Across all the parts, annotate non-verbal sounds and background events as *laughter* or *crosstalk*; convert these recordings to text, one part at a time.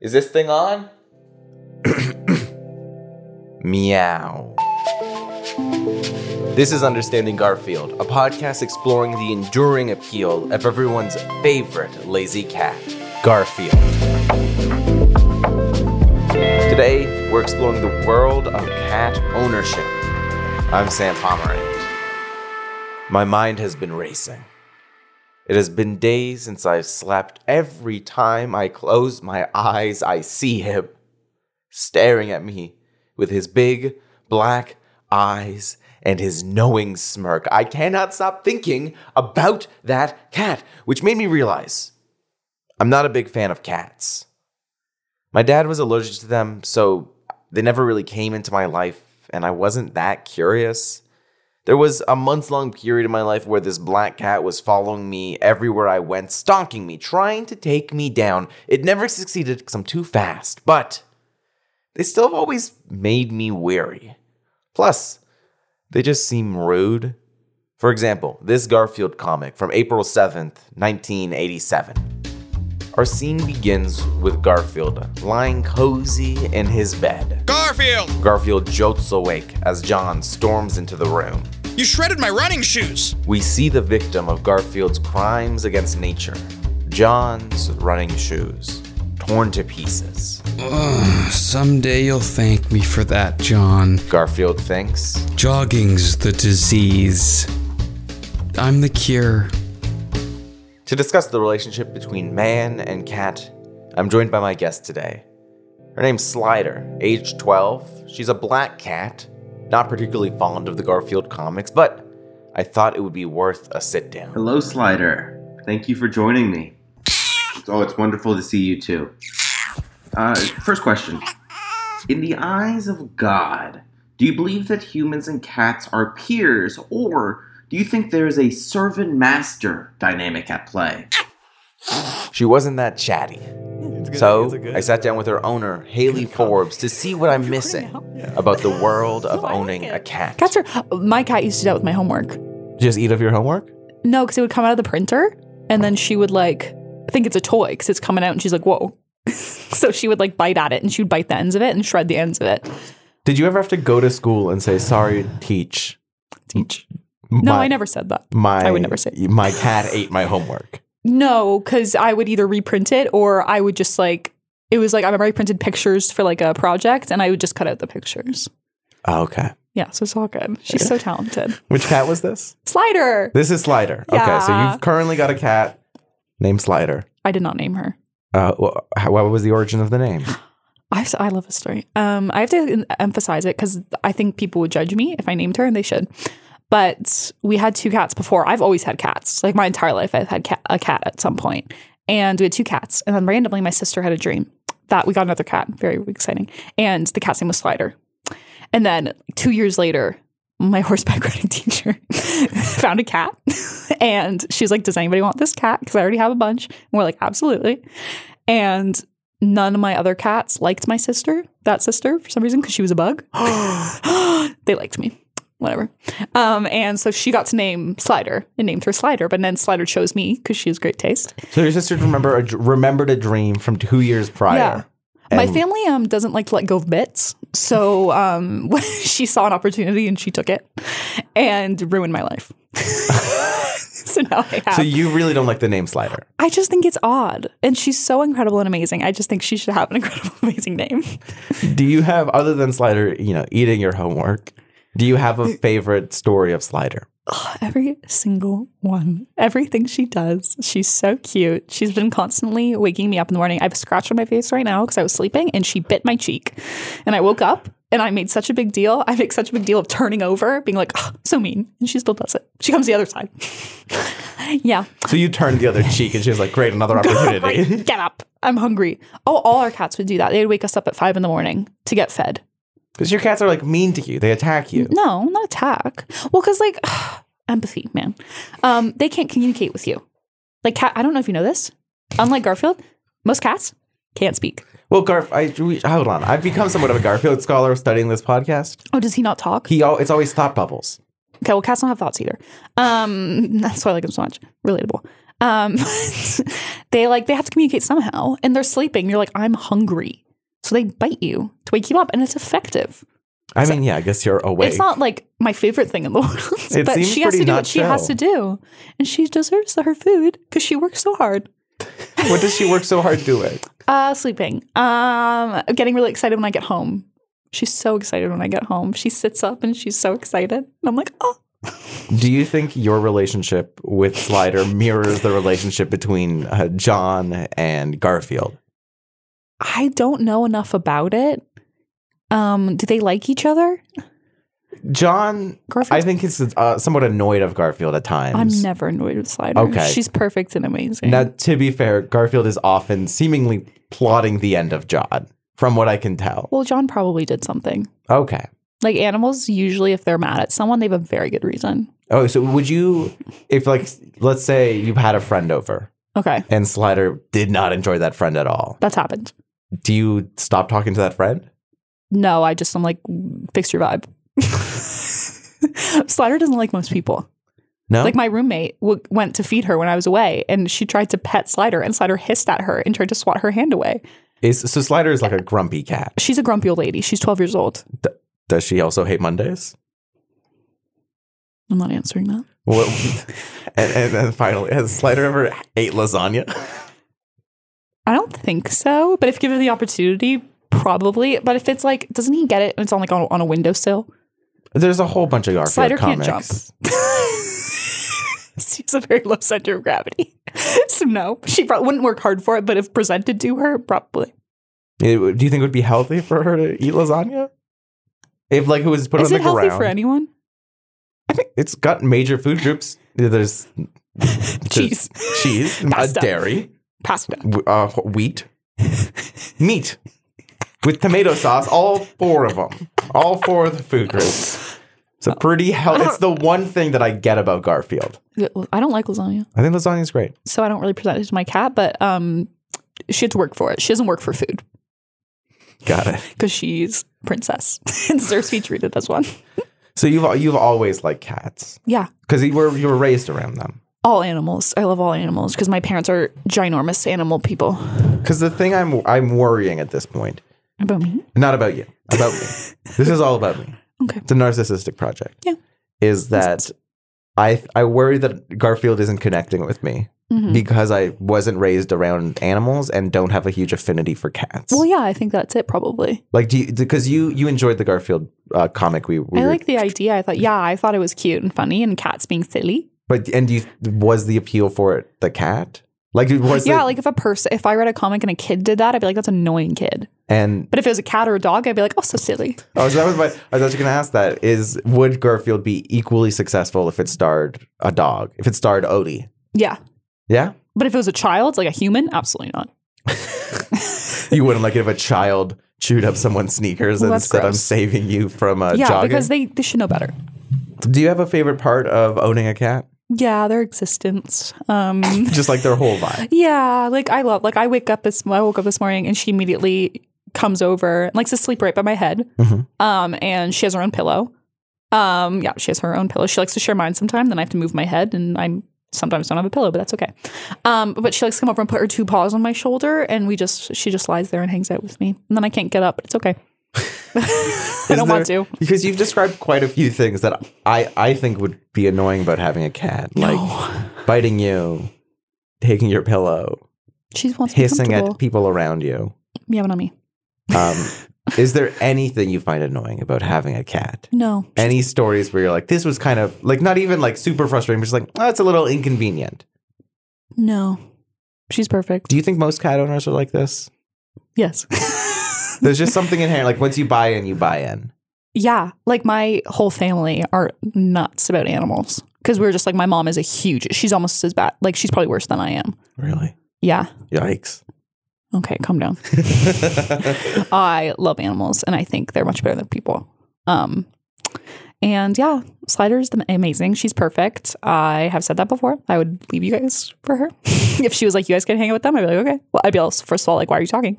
Is this thing on? *coughs* Meow. This is Understanding Garfield, a podcast exploring the enduring appeal of everyone's favorite lazy cat, Garfield. Today, we're exploring the world of cat ownership. I'm Sam Pomerant. My mind has been racing. It has been days since I've slept. Every time I close my eyes, I see him staring at me with his big black eyes and his knowing smirk. I cannot stop thinking about that cat, which made me realize I'm not a big fan of cats. My dad was allergic to them, so they never really came into my life, and I wasn't that curious. There was a months long period in my life where this black cat was following me everywhere I went, stalking me, trying to take me down. It never succeeded because I'm too fast, but they still have always made me weary. Plus, they just seem rude. For example, this Garfield comic from April 7th, 1987. Our scene begins with Garfield lying cozy in his bed. Garfield, Garfield jolts awake as John storms into the room. you shredded my running shoes. We see the victim of Garfield's crimes against nature, John's running shoes, torn to pieces. Someday you'll thank me for that, John. Garfield thinks, Jogging's the disease. I'm the cure. To discuss the relationship between man and cat, I'm joined by my guest today. Her name's Slider, age 12. She's a black cat, not particularly fond of the Garfield comics, but I thought it would be worth a sit down. Hello, Slider. Thank you for joining me. Oh, it's wonderful to see you too. Uh, first question. In the eyes of God, do you believe that humans and cats are peers, or do you think there is a servant master dynamic at play? She wasn't that chatty. So I sat down with her owner, Haley Forbes, to see what I'm missing about the *laughs* world of owning a cat. Cats are. My cat used to do that with my homework. Just eat up your homework? No, because it would come out of the printer, and then she would like think it's a toy because it's coming out, and she's like, "Whoa!" *laughs* so she would like bite at it, and she would bite the ends of it and shred the ends of it. Did you ever have to go to school and say, sorry, teach? Teach. No, My- I never said that. My, I would never say. My cat ate my homework. No, because I would either reprint it or I would just like it was like I remember I printed pictures for like a project, and I would just cut out the pictures. Oh, okay. Yeah, so it's all good. She's so talented. Which cat was this? Slider. This is Slider. Okay, so Yeah. you've currently got a cat named Slider. I did not name her. Uh, well, how, what was the origin of the name? I, I love a story. Um, I have to emphasize it because I think people would judge me if I named her, and they should. But we had two cats before. I've always had cats. Like my entire life, I've had cat, a cat at some point, and we had two cats. And then randomly, my sister had a dream that we got another cat. Very exciting. And the cat's name was Slider. And then two years later, my *laughs* horseback riding teacher *laughs* found a cat, *laughs* and she's like, "Does anybody want this cat? Because I already have a bunch." And we're like, "Absolutely." And none of my other cats liked my sister, that sister, for some reason, because she was *gasps* a bug. *gasps* they liked me, whatever. Um, and so she got to name Slider and named her Slider, but then Slider chose me because she has great taste. So your sister remember a, remembered a dream from two years prior. My Oh, And- family um, doesn't like to let go of bits. *laughs* So um, *laughs* she saw an opportunity and she took it and ruined my *laughs* life. so now I have. So you really don't like the name Slider. I just think it's odd. And she's so incredible and amazing. I just think she should have an incredible, *laughs* amazing name. Do you have other than Slider, you know, eating your homework? Do you have a favorite story of Slider? Every single one. Everything she does. She's so cute. She's been constantly waking me up in the morning. I have a scratch on my face right now because I was sleeping and she bit my cheek. And I woke up and I made such a big deal. I make such a big deal of turning over, being like, "Ugh, so mean. And she still does it. She comes the other side. *laughs* yeah. So you turned the other cheek, and she was like, "Great, *laughs* another opportunity." Get up. I'm hungry. Oh, all our cats would do that. They would wake us up at five in the morning to get fed. Because your cats are like mean to you; they attack you. No, not attack. Well, because like *sighs* empathy, man. Um, they can't communicate with you. Like cat, I don't know if you know this. Unlike Garfield, most cats can't speak. Well, Garf, I we, hold on. I've become somewhat of a Garfield scholar studying this podcast. Oh, does he not talk? He, al- it's always thought bubbles. *laughs* okay, well, cats don't have thoughts either. Um, that's why I like him so much. Relatable. Um, *laughs* they like they have to communicate somehow, and they're sleeping. You're like, I'm hungry, so they bite you to wake you up, and it's effective. I mean, yeah, I guess you're awake. It's not like my favorite thing in the *laughs* world, It but seems she has pretty to do not what she has chill. to do, and she deserves her food because she works so hard. what does she work so hard doing? Uh, sleeping. Um, getting really excited when I get home. She's so excited when I get home. She sits up and she's so excited. And I'm like, oh, Do you think your relationship with Slider mirrors the relationship between uh, John and Garfield? I don't know enough about it. Um, do they like each other? John, Garfield. I think is uh, somewhat annoyed of Garfield at times. I'm never annoyed with Slider. Okay. She's perfect and amazing. Now, to be fair, Garfield is often seemingly plotting the end of John, from what I can tell. well, John probably did something. Okay. Like animals, usually, if they're mad at someone, they have a very good reason. Oh, so would you, if like, let's say you've had a friend over Okay, and Slider did not enjoy that friend at all, that's happened. do you stop talking to that friend? No, I just I'm like, fix your vibe. *laughs* Slider doesn't like most people. No. Like my roommate w- went to feed her when I was away, and she tried to pet Slider, and Slider hissed at her and tried to swat her hand away. is, so Slider is like a grumpy cat. She's a grumpy old lady. She's 12 years old. Does she also hate Mondays? I'm not answering that. Well, *laughs* and, and then finally, has Slider ever ate lasagna? I don't think so, but if given the opportunity, probably. But if it's like, doesn't he get it? And it's on like on, on a windowsill. There's a whole bunch of Garfield Slider comics. can't jump. *laughs* She's a very low center of gravity, *laughs* so no, she probably wouldn't work hard for it. But if presented to her, probably. It would- Eh, do you think it would be healthy for her to eat lasagna? If like who was put Is on it the healthy ground, for anyone? I think it's got major food groups. *laughs* There's there's Cheese. *laughs* cheese, uh, Pasta. dairy, Pasta. w- uh, *laughs* wheat, meat with tomato sauce. All four of them. All four of the food groups. It's a pretty healthy. It's the one thing that I get about Garfield. I don't like lasagna. I think lasagna is great. so I don't really present it to my cat, but um, she had to work for it. She doesn't work for food Got it. because she's princess *laughs* and deserves to be treated as one. So you've al- you've always liked cats Yeah, because you were you were raised around them. all animals. I love all animals because my parents are ginormous animal people. Because the thing I'm I'm worrying at this point, About me, not about you, about me. *laughs* This is all about me. Okay. It's a narcissistic project. Yeah. Is that I I worry that Garfield isn't connecting with me Mm-hmm. because I wasn't raised around animals and don't have a huge affinity for cats. well, yeah, I think that's it. Probably. Like do you because you you enjoyed the Garfield uh, comic we, we I were- like the idea. I thought, yeah, I thought it was cute and funny, and cats being silly. but and you was the appeal for it the cat like it was yeah, it- like if a person, if I read a comic and a kid did that, I'd be like, that's annoying, kid. and But if it was a cat or a dog, I'd be like, oh, so silly. Oh, so that was my. I was actually going to ask that: is would Garfield be equally successful if it starred a dog? If it starred Odie? Yeah, Yeah, but if it was a child, like a human, absolutely not. you wouldn't like it if a child chewed up someone's sneakers Well, and that's said, "I'm gross. saving you from a Yeah, jogging." because they, they should know better. Do you have a favorite part of owning a cat? Yeah, their existence. Um, Just like their whole vibe. yeah, like I love. Like I wake up this. I woke up this morning, and she immediately comes over, and likes to sleep right by my head. Mm-hmm. Um, and she has her own pillow. Um, yeah, she has her own pillow. She likes to share mine sometime. Then I have to move my head, and I'm sometimes don't have a pillow, but that's okay. Um, but she likes to come over and put her two paws on my shoulder, and we just she just lies there and hangs out with me, and then I can't get up. It's okay. *laughs* *laughs* I Is don't want there- to. Because you've described quite a few things that I I think would be annoying about having a cat, like biting you, taking your pillow, She wants to be hissing comfortable. at people around you. Yeah, but not me. Um, is there anything you find annoying about having a cat? No, Any stories where you're like, this was kind of like not even like super frustrating, but just like, oh, it's a little inconvenient. no, she's perfect. Do you think most cat owners are like this? Yes. There's just something inherent. Like once you buy in, you buy in. yeah. Like my whole family are nuts about animals because we are just like, my mom is a huge, she's almost as bad. Like she's probably worse than I am. Really? Yeah. Yikes. Okay. Calm down. I love animals and I think they're much better than people. Um, and yeah, Slider's the amazing. She's perfect. I have said that before. I would leave you guys for her. *laughs* if she was like, you guys can hang out with them, I'd be like, okay. Well, I'd be all, first of all, like, why are you talking?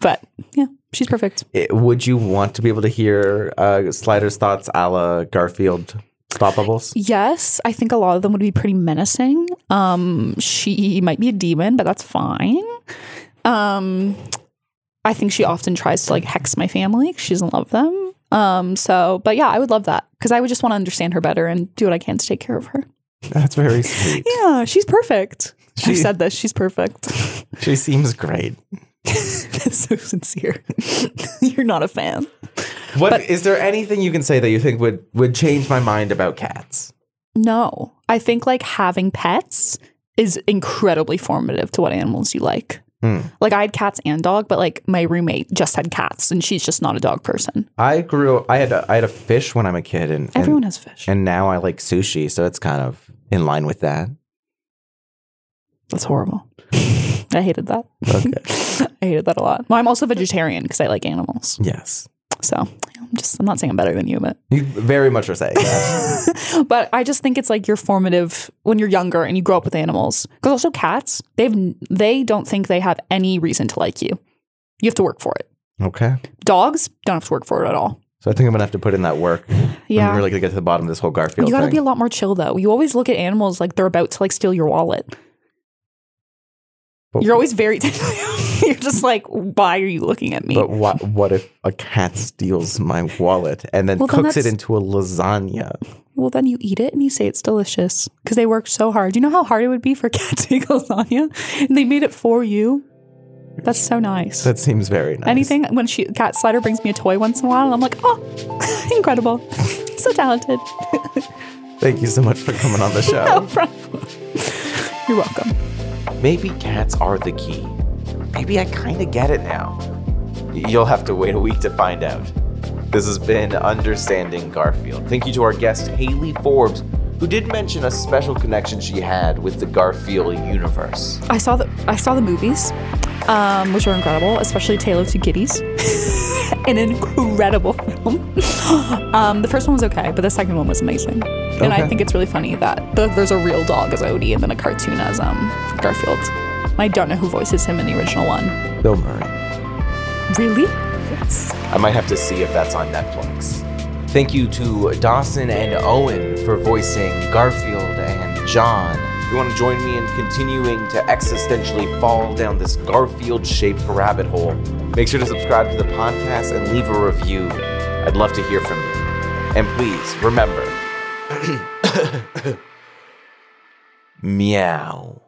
But yeah, she's Eh, perfect. It- would you want to be able to hear uh, Slider's thoughts a la Garfield Thought bubbles? Yes, I think a lot of them would be pretty menacing. Um, she might be a demon, but that's fine. Um, I think she often tries to like hex my family. 'cause She doesn't love them. Um, so, but yeah, I would love that because I would just want to understand her better and do what I can to take care of her. *laughs* That's very sweet. Yeah, she's perfect. She- I've said this. She's perfect. She seems great. *laughs* That's so sincere. *laughs* You're not a fan. What is there anything you can say that you think would would change my mind about cats? No, I think like having pets is incredibly formative to what animals you like. Hmm. Like I had cats and dog, but like my roommate just had cats, and she's just not a dog person. I grew I had a, I had a fish when I'm a kid and and- Everyone has fish. and now I like sushi, so it's kind of in line with that. That's horrible. *laughs* I hated that. *laughs* I hated that a lot. Well, I'm also vegetarian because I like animals. Yes. So I'm just I'm not saying I'm better than you, but You very much are saying that. but I just think it's like your formative when you're younger and you grow up with animals. Because also cats, they've they don't think they have any reason to like you. You have to work for it. *laughs* okay. Dogs don't have to work for it at all. So I think I'm gonna have to put in that work. Yeah. I'm really gonna get to the bottom of this whole Garfield you got to thing. be a lot more chill though. You always look at animals like they're about to like steal your wallet. But- You're always very *laughs* you're just like why are you looking at me? but what what if a cat steals my wallet and then Well, then cooks it that's- into a lasagna? well then you eat it and you say it's delicious because they worked so hard. You know how hard it would be for a cat *laughs* to make lasagna and they made it for you. That's so nice. That seems very nice. Anything when she cat slider brings me a toy once in a while, and I'm like, oh, *laughs* incredible, so talented. Thank you so much for coming *laughs* on the show. No problem. You're welcome. Maybe cats are the key. Maybe I kind of get it now. Y- You'll have to wait a week to find out. This has been Understanding Garfield. Thank you to our guest, Haley Forbes, who did mention a special connection she had with the Garfield universe. I saw the I saw the movies, um, which were incredible, especially Tale of Two Kitties, *laughs* an incredible film. *laughs* um, the first one was okay, but the second one was amazing, and I Okay. think it's really funny that the, there's a real dog as Odie and then a cartoon as um, Garfield. And I don't know who voices him in the original one. Bill Murray. Really? I might have to see if that's on Netflix. Thank you to Dawson and Owen for voicing Garfield and John. If you want to join me in continuing to existentially fall down this Garfield shaped rabbit hole, make sure to subscribe to the podcast and leave a review. I'd love to hear from you. And please remember meow.